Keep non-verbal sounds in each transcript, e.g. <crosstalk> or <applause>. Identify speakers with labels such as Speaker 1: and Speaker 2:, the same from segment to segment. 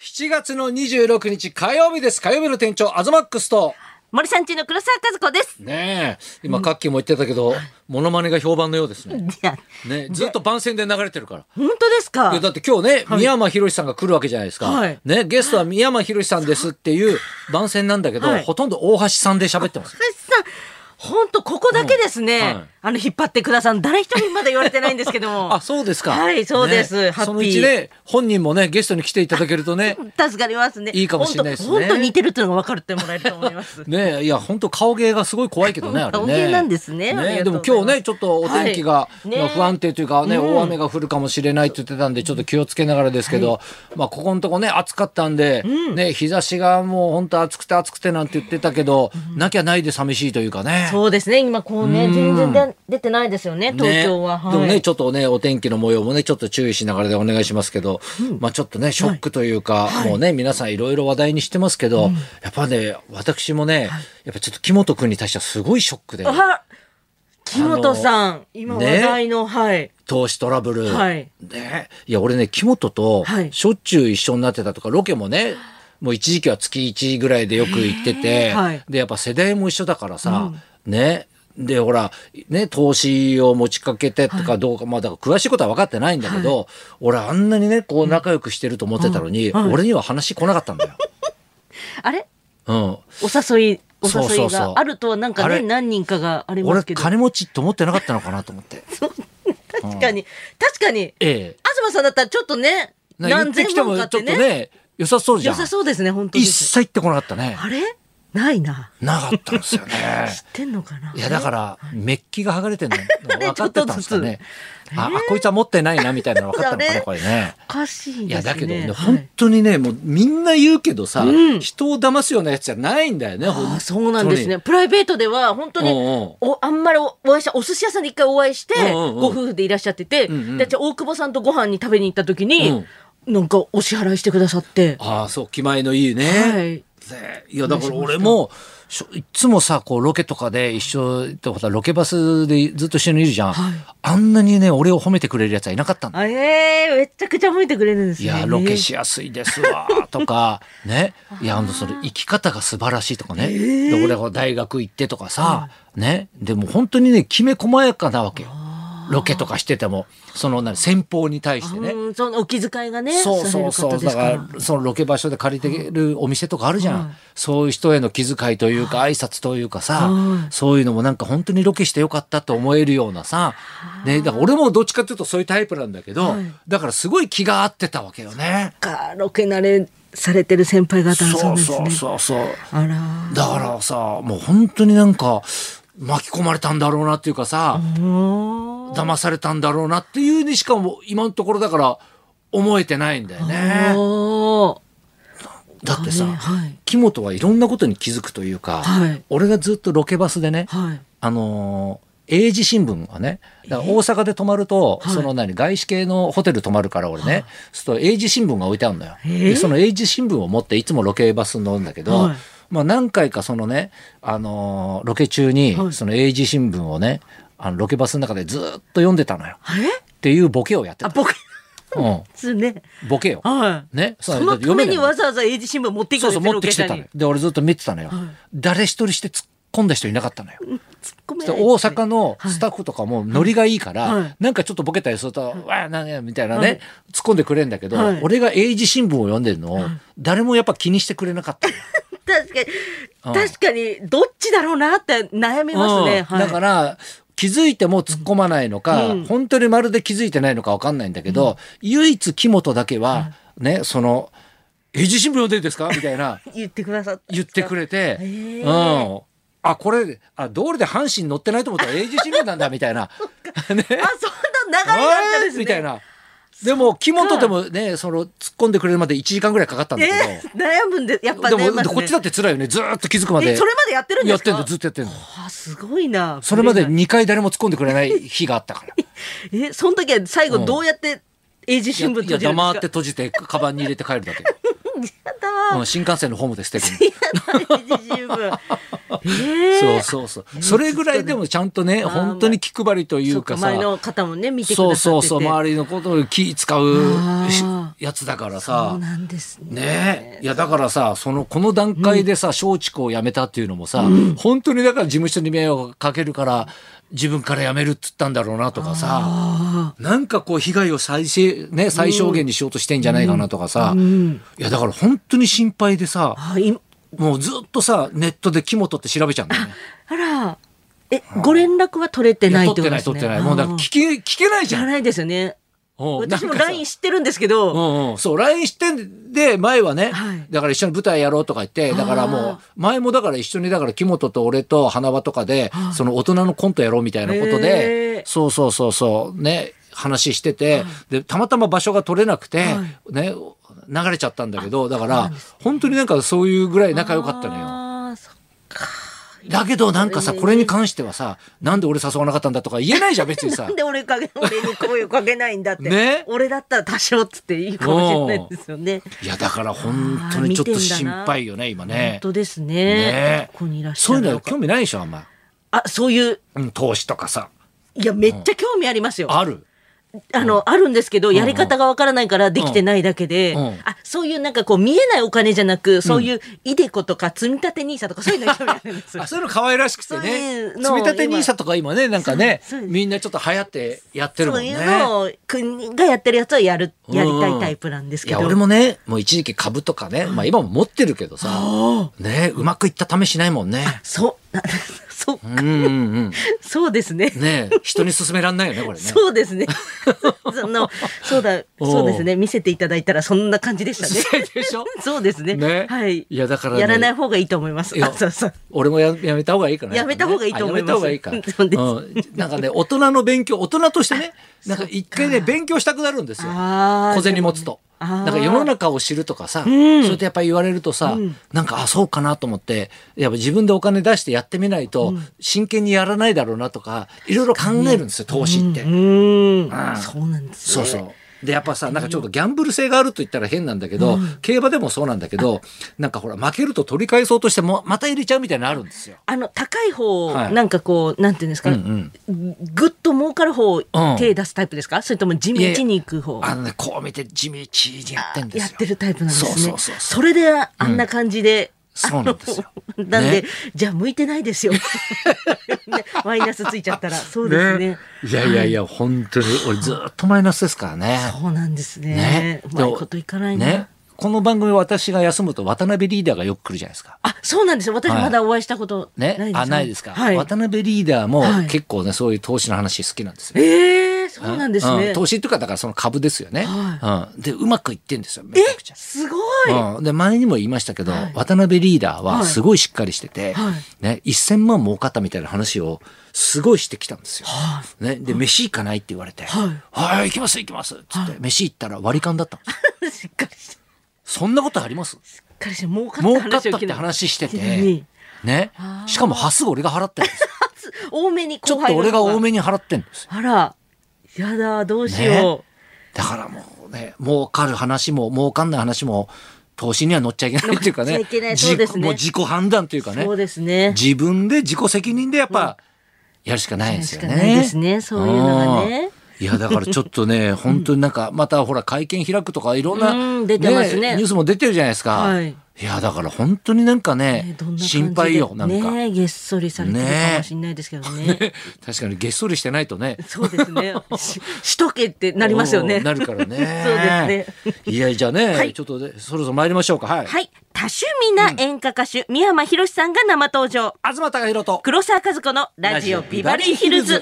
Speaker 1: 7月の26日火曜日です。火曜日の店長、アズマックスと。
Speaker 2: 森さんちの黒沢和子です。
Speaker 1: ねえ、今、カッキーも言ってたけど、モノマネが評判のようですね。
Speaker 2: いや、
Speaker 1: ねずっと番宣で流れてるから。
Speaker 2: 本当ですか
Speaker 1: いや。だって今日ね、宮山博さんが来るわけじゃないですか、
Speaker 2: はい
Speaker 1: ね、ゲストは宮山博さんですって
Speaker 2: <laughs>
Speaker 1: いう番宣なんだけど、
Speaker 2: はい
Speaker 1: ほとんど大橋さんで喋ってます
Speaker 2: 橋さん、本当ここだけですね。
Speaker 1: うんはい
Speaker 2: あの引っ張ってくださん、誰一人まだ言われてないんですけども。
Speaker 1: <laughs> あそうですか
Speaker 2: はいそうです
Speaker 1: ね
Speaker 2: ハッピー
Speaker 1: そのうちね本人もねゲストに来ていただけるとね
Speaker 2: 助かりますね。
Speaker 1: いいかもしれないですね
Speaker 2: 本当本当似てるっていうのが分かるってもらえると思います。
Speaker 1: <laughs> ねいや本当顔芸がすごい怖いけ
Speaker 2: <laughs>
Speaker 1: どねあれね
Speaker 2: 顔芸なんですねありが
Speaker 1: で
Speaker 2: とう
Speaker 1: も
Speaker 2: ござい
Speaker 1: 今
Speaker 2: ます
Speaker 1: 日ねちょっとお天気が
Speaker 2: はいね
Speaker 1: 不安定というかね、
Speaker 2: うん
Speaker 1: 大雨が降るかもしれないって言ってたんでちょっと気をつけながらですけど、まあここのとこね暑かったんで、ね日差しがもう本当暑くて暑くてなんて言ってたけど、なきゃないで寂しいというかね。
Speaker 2: そうですね。今こうね、全然で出てないですよね。東京は。
Speaker 1: ね
Speaker 2: はい
Speaker 1: でもね、ちょっとね、お天気の模様もね、ちょっと注意しながらでお願いしますけど、まあちょっとね、ショックというか、もうね、皆さんいろいろ話題にしてますけど、やっぱね、私もね、やっぱちょっと木本君に対してはすごいショックで、
Speaker 2: あ木本さん、今
Speaker 1: ね
Speaker 2: 話題の、はい。
Speaker 1: 投資トラブル。
Speaker 2: はい
Speaker 1: ね。いや、俺ね、木本と
Speaker 2: はい
Speaker 1: しょっちゅう一緒になってたとか、ロケも
Speaker 2: <gasps>
Speaker 1: ね、もう一時期は月1ぐらいでよく行ってて、
Speaker 2: はい
Speaker 1: で、やっぱ世代も一緒だからさ、ね。で、ほら、ね、投資を持ちかけてとかどうか、まあ、だから詳しいことは分かってないんだけど、俺あんなにね、こう仲良くしてると思ってたのに、
Speaker 2: うんはい
Speaker 1: 俺には話来なかったん
Speaker 2: <laughs>
Speaker 1: だよ。
Speaker 2: あれ
Speaker 1: うん。
Speaker 2: お誘い、お
Speaker 1: そう
Speaker 2: 誘
Speaker 1: そ
Speaker 2: いう
Speaker 1: そう
Speaker 2: があるとはなんか
Speaker 1: あれ
Speaker 2: ね、何人かがありま
Speaker 1: 俺
Speaker 2: すけど。
Speaker 1: 金持ちって思ってなかったのかなと思って。
Speaker 2: 確かに、確かに。
Speaker 1: ええ。
Speaker 2: 東さんだったらちょっとね、
Speaker 1: な言
Speaker 2: 何
Speaker 1: って
Speaker 2: 千
Speaker 1: きても
Speaker 2: 万
Speaker 1: ち
Speaker 2: か
Speaker 1: ょっ
Speaker 2: っ
Speaker 1: と
Speaker 2: てね。
Speaker 1: ね、良さそうじゃ
Speaker 2: 良
Speaker 1: ん。
Speaker 2: さそうですね、本当に
Speaker 1: 一。切言ってこなかったね。
Speaker 2: あれないな。
Speaker 1: なかったんですよ
Speaker 2: <laughs>
Speaker 1: ね。
Speaker 2: 知ってんのかない
Speaker 1: やだからメッキが剥がれてる
Speaker 2: <laughs>
Speaker 1: の分かってたんですかね。
Speaker 2: ょっとずつ
Speaker 1: あ
Speaker 2: えー
Speaker 1: あこいつは持ってないなみたいなの分かったのか
Speaker 2: そ
Speaker 1: な
Speaker 2: れ
Speaker 1: これね。
Speaker 2: おかしい
Speaker 1: い
Speaker 2: で
Speaker 1: や
Speaker 2: すね。
Speaker 1: だけどね、
Speaker 2: はい
Speaker 1: 本当にねもうみんな言うけどさ、
Speaker 2: うん
Speaker 1: 人を騙すようなやつじゃないんだよね。ほん
Speaker 2: ああそうなんですね。プライベートでは本当に
Speaker 1: おうおう
Speaker 2: おあんまりおお会いしたお寿司屋さんで一回お会いして
Speaker 1: うんうんうん
Speaker 2: ご夫婦でいらっしゃってて、
Speaker 1: うんうん
Speaker 2: でじゃあ大久保さんとご飯に食べに行った時に、なんかお支払いしてくださって、
Speaker 1: ああそう気前のいいね。
Speaker 2: はい
Speaker 1: ねいやだから俺もしょいつもさこうロケとかで一緒ってことはロケバスでずっと一緒にいるじゃん、
Speaker 2: はい
Speaker 1: あんなにね俺を褒めてくれるやつはいなかったんだよ
Speaker 2: あえー、めちゃくちゃ褒めてくれるんです
Speaker 1: い
Speaker 2: ね。
Speaker 1: やロケしやすいです
Speaker 2: <laughs>
Speaker 1: わとかねいやあのその生き方が素晴らしいとかね、で俺が大学行ってとかさ、ねでも本当にねきめ細やかなわけよロケとかしててもその何先方に対してね
Speaker 2: うんそのお気遣いがね、
Speaker 1: そうそうそう
Speaker 2: される
Speaker 1: だ
Speaker 2: 方
Speaker 1: か
Speaker 2: です
Speaker 1: らそのロケ場所で借りてるお店とかあるじゃん、
Speaker 2: はい
Speaker 1: そういう人への気遣いというか挨拶というかさ、
Speaker 2: はい
Speaker 1: そういうのもなんか本当にロケしてよかったと思えるようなさ、ね、だから俺もどっちかというとそういうタイプなんだけど、
Speaker 2: はい
Speaker 1: だからすごい気が合ってたわけよね。
Speaker 2: かロケ慣れされてる先輩方はそう
Speaker 1: そ
Speaker 2: なん
Speaker 1: う
Speaker 2: ですね
Speaker 1: そうそうそう
Speaker 2: あら
Speaker 1: だからさもう本当になんか巻き込まれたんだろうなっていうかさ、
Speaker 2: もう
Speaker 1: 騙されたんだろうなっていうにしかも今のところだから思えてないんだよね。
Speaker 2: も
Speaker 1: だってさ、
Speaker 2: あれはい
Speaker 1: 木本はいろんなことに気づくというか、
Speaker 2: はい
Speaker 1: 俺がずっとロケバスでね、
Speaker 2: うはい
Speaker 1: あのー英字新聞はねだから大阪で泊まると、
Speaker 2: い
Speaker 1: その何外資系のホテル泊まるから俺ね、そうすると英字新聞が置いてあるのよ、
Speaker 2: えー
Speaker 1: でその英字新聞を持っていつもロケバスに乗るんだけど、
Speaker 2: はい
Speaker 1: まあ、何回かそのね、あのーロケ中に、
Speaker 2: はい
Speaker 1: その英字新聞をねあのロケバスの中でずっと読んでたのよ
Speaker 2: え
Speaker 1: っていうボケをやって
Speaker 2: あ
Speaker 1: た、
Speaker 2: 僕で
Speaker 1: う
Speaker 2: すね
Speaker 1: ん、ボケを。
Speaker 2: はい
Speaker 1: ね、
Speaker 2: そのためにわざわざ英字新聞持ってきて
Speaker 1: そうそ
Speaker 2: くれ
Speaker 1: う
Speaker 2: て
Speaker 1: 持
Speaker 2: る
Speaker 1: っ
Speaker 2: お
Speaker 1: て
Speaker 2: 客
Speaker 1: きて
Speaker 2: さ
Speaker 1: た
Speaker 2: ん
Speaker 1: のよ
Speaker 2: に
Speaker 1: で俺ずっと見てたのよ、誰一人して突っ込んだ人いなかったのよ、
Speaker 2: ごめん
Speaker 1: そして大阪のスタッフとかもノリがいいから、
Speaker 2: はい
Speaker 1: なんかちょっとボケたりすると「わあなんや」みたいなね、
Speaker 2: はい
Speaker 1: 突っ込んでくれんだけど、
Speaker 2: はい
Speaker 1: 俺が英字新聞を読んでるのを誰もやっぱ気にしてくれなかったのよ
Speaker 2: 確かに
Speaker 1: うん
Speaker 2: 確かにどっちだろうなって悩みますね、
Speaker 1: うん
Speaker 2: はい、
Speaker 1: だから気づいても突っ込まないのか、
Speaker 2: うん
Speaker 1: 本当にまるで気づいてないのかわかんないんだけど、唯一木本だけは、ねその「英字新聞読んでるんですか?」みたいな。
Speaker 2: 言ってくださった
Speaker 1: 言ってくれて、
Speaker 2: <laughs> へえ
Speaker 1: うん。あ、これ、あ、道理で阪神乗ってないと思ったら英字新聞なんだ、みたいな。ね。
Speaker 2: あそんな流れだったんですね
Speaker 1: みたいな。でも、木本でもね、その、突っ込んでくれるまで1時間ぐらいかかったんだけ
Speaker 2: えー悩むんでやっぱ
Speaker 1: ど。
Speaker 2: 悩
Speaker 1: で
Speaker 2: みま
Speaker 1: も、
Speaker 2: すね
Speaker 1: こっちだって辛いよね。ずーっと気づくまで。
Speaker 2: えそれまでやってるん
Speaker 1: や
Speaker 2: で
Speaker 1: っ
Speaker 2: すか
Speaker 1: てんの、ずっとやってんの。
Speaker 2: あすごいな
Speaker 1: それまで2回誰も突っ込んでくれない日があった
Speaker 2: <laughs>
Speaker 1: から。
Speaker 2: えその時は最後どうやって英字新聞
Speaker 1: い
Speaker 2: 閉
Speaker 1: や、
Speaker 2: じるんですか
Speaker 1: 黙って閉じて、カバンに
Speaker 2: <laughs>
Speaker 1: 入れて帰るだけ。
Speaker 2: やだ <laughs>
Speaker 1: うん新幹線のホームで捨てるの。 <laughs>
Speaker 2: やだ英字新聞ええ
Speaker 1: そうそうそう。それぐらいでもちゃんとね、
Speaker 2: あーまあ
Speaker 1: 本当に気配りとい
Speaker 2: そうっか
Speaker 1: かさ
Speaker 2: 前。の方もね見てく
Speaker 1: そ
Speaker 2: だ
Speaker 1: う
Speaker 2: さ
Speaker 1: そ
Speaker 2: っ
Speaker 1: う
Speaker 2: てて
Speaker 1: そう、周りのことを気使うし
Speaker 2: あ
Speaker 1: やつだから
Speaker 2: そう
Speaker 1: さ。
Speaker 2: なんですね
Speaker 1: ねえ、いやだからさそのこの段階でさ松竹を辞めたっていうのもさ、本当にだから事務所に迷惑かけるから自分から辞めるっつったんだろうなとかさ
Speaker 2: あ
Speaker 1: なんかこう被害を最,、ね、最小限にしようとしてんじゃないかなとかさ、
Speaker 2: あうん
Speaker 1: いやだから本当に心配でさ
Speaker 2: あい
Speaker 1: もうずっとさネットで木本って調べちゃうんだよね。
Speaker 2: あらえご連絡は取れてない
Speaker 1: い
Speaker 2: っ
Speaker 1: や
Speaker 2: て
Speaker 1: 取
Speaker 2: こ
Speaker 1: って
Speaker 2: と
Speaker 1: ない
Speaker 2: ですね
Speaker 1: 取ってないもうだから聞け聞けないじ
Speaker 2: じ
Speaker 1: ゃ
Speaker 2: ゃ
Speaker 1: ん。
Speaker 2: ないですよね
Speaker 1: おう
Speaker 2: 私も
Speaker 1: なんかさ
Speaker 2: LINE 知ってるんですけ
Speaker 1: う
Speaker 2: ど
Speaker 1: んうん、そう LINE してんで前はね、
Speaker 2: はい
Speaker 1: だから一緒に舞台やろうとか言ってだからもう
Speaker 2: あ
Speaker 1: 前もだから一緒にだから木本と俺と花輪とかでその大人のコントやろうみたいなこと
Speaker 2: へ
Speaker 1: で
Speaker 2: ー
Speaker 1: そうそうそうそうね話してて、でたまたま場所が取れなくて、ね流れちゃったんだけどだから本当になんかそういうぐらい仲良かったのよ。
Speaker 2: ああそっか
Speaker 1: だけどなんかさ、
Speaker 2: ね
Speaker 1: これに関してはさ、なんで俺誘わなかったんだとか言えないじゃん、別にさ
Speaker 2: なん。で俺かけ俺に声をかけないんだって、
Speaker 1: ね
Speaker 2: 俺だったら多少っつっていいかもしれないですよね
Speaker 1: <laughs> いや、だから本当にちょっと心配よね、今
Speaker 2: 本
Speaker 1: ね。
Speaker 2: 当ですね
Speaker 1: ね
Speaker 2: ここにいらっし
Speaker 1: そう
Speaker 2: ゃ
Speaker 1: いう
Speaker 2: る
Speaker 1: の
Speaker 2: の
Speaker 1: は
Speaker 2: か
Speaker 1: 興味ないでしょ、あんま。
Speaker 2: あそういう
Speaker 1: うん、投資とかさ。
Speaker 2: いやめっちゃ興味ありますよ、
Speaker 1: ある。
Speaker 2: あの、あるんですけど、やり方がわからないからできてないだけで、
Speaker 1: うんうん
Speaker 2: あ、そういうなんかこう見えないお金じゃなく、そういうイデコとか積み立て NISA とかそういうの興味あるんですよ
Speaker 1: あそういうの可愛らしくて
Speaker 2: そうい
Speaker 1: ね。
Speaker 2: う
Speaker 1: 積
Speaker 2: のを
Speaker 1: み立て NISA とか今ね、なんかね
Speaker 2: そうそう、です
Speaker 1: みんなちょっと流行ってやってるも
Speaker 2: そ
Speaker 1: ん
Speaker 2: う
Speaker 1: ね。
Speaker 2: いうのを国がやってるやつをやる、やりたいタイプなんですけど。
Speaker 1: いや、俺もね、もう一時期株とかね、まあ今も持ってるけどさ、
Speaker 2: あ
Speaker 1: ね、うまくいったためしないもんね。
Speaker 2: <laughs> あ。そう、そう、
Speaker 1: うんうん
Speaker 2: そうですね
Speaker 1: うん。。ね人に勧めらんないよね、これね。
Speaker 2: そうですね。 <laughs> その、そうだ、
Speaker 1: おう
Speaker 2: そうですね。見せていただいたらそんな感じ
Speaker 1: <laughs>
Speaker 2: でしたね。
Speaker 1: でしょ
Speaker 2: そうです <laughs> ね。
Speaker 1: ね
Speaker 2: はい。
Speaker 1: いやだからね
Speaker 2: やらない方がいいと思います。
Speaker 1: いや
Speaker 2: あそうそう。
Speaker 1: 俺もややめた方がいいかな。
Speaker 2: やめた方がいいと思います
Speaker 1: あやめた方がいいか。
Speaker 2: <laughs> そうです
Speaker 1: んなんかね、大人の勉強、大人としてね、なんか一回ね、勉強したくなるんですよ。
Speaker 2: あー
Speaker 1: 小銭持つと。
Speaker 2: でも
Speaker 1: な
Speaker 2: ね
Speaker 1: んか世の中を知るとかさ、
Speaker 2: ん
Speaker 1: それとやっぱり言われるとさ、なんかあそうかなと思ってやっぱ自分でお金出してやってみないと、真剣にやらないだろうなとかいろいろ考えるんですよ投資って、
Speaker 2: うーん、
Speaker 1: うん
Speaker 2: そうなんです
Speaker 1: そ
Speaker 2: ね。
Speaker 1: うそう。でやっぱさなんかちょっとギャンブル性があると言ったら変なんだけど、競馬でもそうなんだけどなんかほら負けると取り返そうとしてもまた入れちゃうみたいなのあるんですよ。
Speaker 2: あの高い方、
Speaker 1: はい
Speaker 2: なんかこうなんていうんですか、
Speaker 1: うん
Speaker 2: ぐっと儲かる方、手出すタイプですかそれとも地
Speaker 1: いやい
Speaker 2: 道
Speaker 1: や
Speaker 2: に行く方
Speaker 1: あのねこう見て地道にやってんですよ。
Speaker 2: やってるタイプなんですね
Speaker 1: そうそうそうそう
Speaker 2: れであんな感じで、
Speaker 1: うんそうなんですよ
Speaker 2: あのなんで、
Speaker 1: ね
Speaker 2: じゃあ向いてないですよ、 <laughs> ねマイナスついちゃったらそうですね
Speaker 1: いやいやいや本当に俺ずっとマイナスですからね。
Speaker 2: そうなんですね
Speaker 1: ね
Speaker 2: うまいこといかないな、
Speaker 1: ねこの番組私が休むと渡辺リーダーがよく来るじゃないですか。
Speaker 2: あそうなんですよ私
Speaker 1: はい
Speaker 2: まだお会いしたことない
Speaker 1: ね
Speaker 2: です、、
Speaker 1: あないですか、
Speaker 2: はい、
Speaker 1: 渡辺リーダーも
Speaker 2: はい
Speaker 1: 結構ね、そういう投資の話好きなんですよ。
Speaker 2: ええそうなんですね、
Speaker 1: うん投資とかだからその株ですよね。
Speaker 2: は
Speaker 1: うん、でうまくいってんですよめちゃくちゃ。
Speaker 2: すごい、
Speaker 1: うん、で前にも言いましたけど、
Speaker 2: はい
Speaker 1: 渡辺リーダーは
Speaker 2: はい
Speaker 1: すごいしっかりしてて、
Speaker 2: はい
Speaker 1: ね、1,000万儲かったみたいな話をすごいしてきたんですよ。ね、で飯行かないって言われて「
Speaker 2: はい
Speaker 1: はい、行きます行きます」っつって、飯行ったら割り勘だったんですよ
Speaker 2: しっかりして
Speaker 1: そんなことあり
Speaker 2: <laughs>
Speaker 1: ます
Speaker 2: 彼氏儲かった
Speaker 1: 儲かっ
Speaker 2: 話を
Speaker 1: たっ
Speaker 2: 聞
Speaker 1: て
Speaker 2: いた
Speaker 1: 話して
Speaker 2: 聞いたの
Speaker 1: て
Speaker 2: に、
Speaker 1: ね、しかも端数俺が払ってるんです
Speaker 2: <laughs>
Speaker 1: よ
Speaker 2: 多めに
Speaker 1: ちょっ
Speaker 2: 後
Speaker 1: と
Speaker 2: 輩の
Speaker 1: 俺が
Speaker 2: 方
Speaker 1: 多めに払ってるんですよ
Speaker 2: あらやだどうしよ
Speaker 1: だからもうね儲かる話も儲かんない話も投資には乗っちゃいけないっていうかね
Speaker 2: 乗っちゃいけない
Speaker 1: 自己
Speaker 2: そうですね
Speaker 1: もう自己判断という
Speaker 2: う、
Speaker 1: かね
Speaker 2: そうですね
Speaker 1: 自分で自己責任でやっぱやるしかないです
Speaker 2: し
Speaker 1: よ
Speaker 2: か
Speaker 1: ね。
Speaker 2: ないですねそういうのがね
Speaker 1: うん。いやだからちょっと
Speaker 2: <laughs>
Speaker 1: ね本当になんかまたほら会見開くとかいろんな、
Speaker 2: うん出てますね
Speaker 1: ニュースも出てるじゃないですか。
Speaker 2: はい
Speaker 1: いやだから本当になんか
Speaker 2: ね
Speaker 1: ね
Speaker 2: どんな感じで
Speaker 1: 心配よなんか、
Speaker 2: ねげっそりされてるかもしれないですけどね
Speaker 1: <laughs> 確かにげっそりしてないとね
Speaker 2: そうです
Speaker 1: <laughs>
Speaker 2: ねししとけってなりますよ
Speaker 1: お
Speaker 2: ね
Speaker 1: ーなる
Speaker 2: <laughs>
Speaker 1: からね
Speaker 2: そうです
Speaker 1: ねいやじゃあね、
Speaker 2: はい
Speaker 1: ちょっとねそろそろ参りましょうかはい、
Speaker 2: はい多趣味な演歌歌手、宮間博さんが生登場
Speaker 1: 東隆弘と
Speaker 2: 黒沢和子のラジオビバリーヒルズ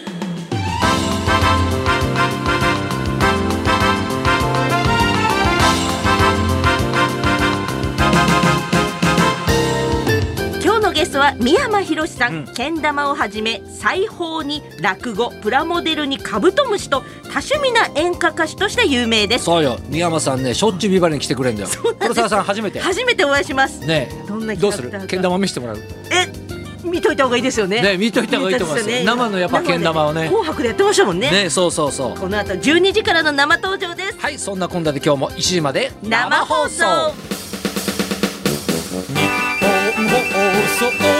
Speaker 2: 今日のゲストは宮間博さん、けん玉をはじめ裁縫に落語プラモデルにカブトムシと多趣味な演歌歌手として有名です
Speaker 1: そうよ宮山さんねしょっちゅうビバリーに来てくれんだよ黒沢さん初めて
Speaker 2: 初めてお会いします
Speaker 1: ね
Speaker 2: どんなキャラクターか
Speaker 1: どうするけん玉見せてもらう
Speaker 2: え見といた方がいいですよね
Speaker 1: ね見といた方がいいと思いますよ
Speaker 2: 見と
Speaker 1: 生のやっぱけん玉をね
Speaker 2: 生で紅白でやってましたもんね
Speaker 1: ねそうそうそう
Speaker 2: この後12時からの生登場です
Speaker 1: はいそんなこんなで今日も1時まで
Speaker 2: 生放送
Speaker 1: 放送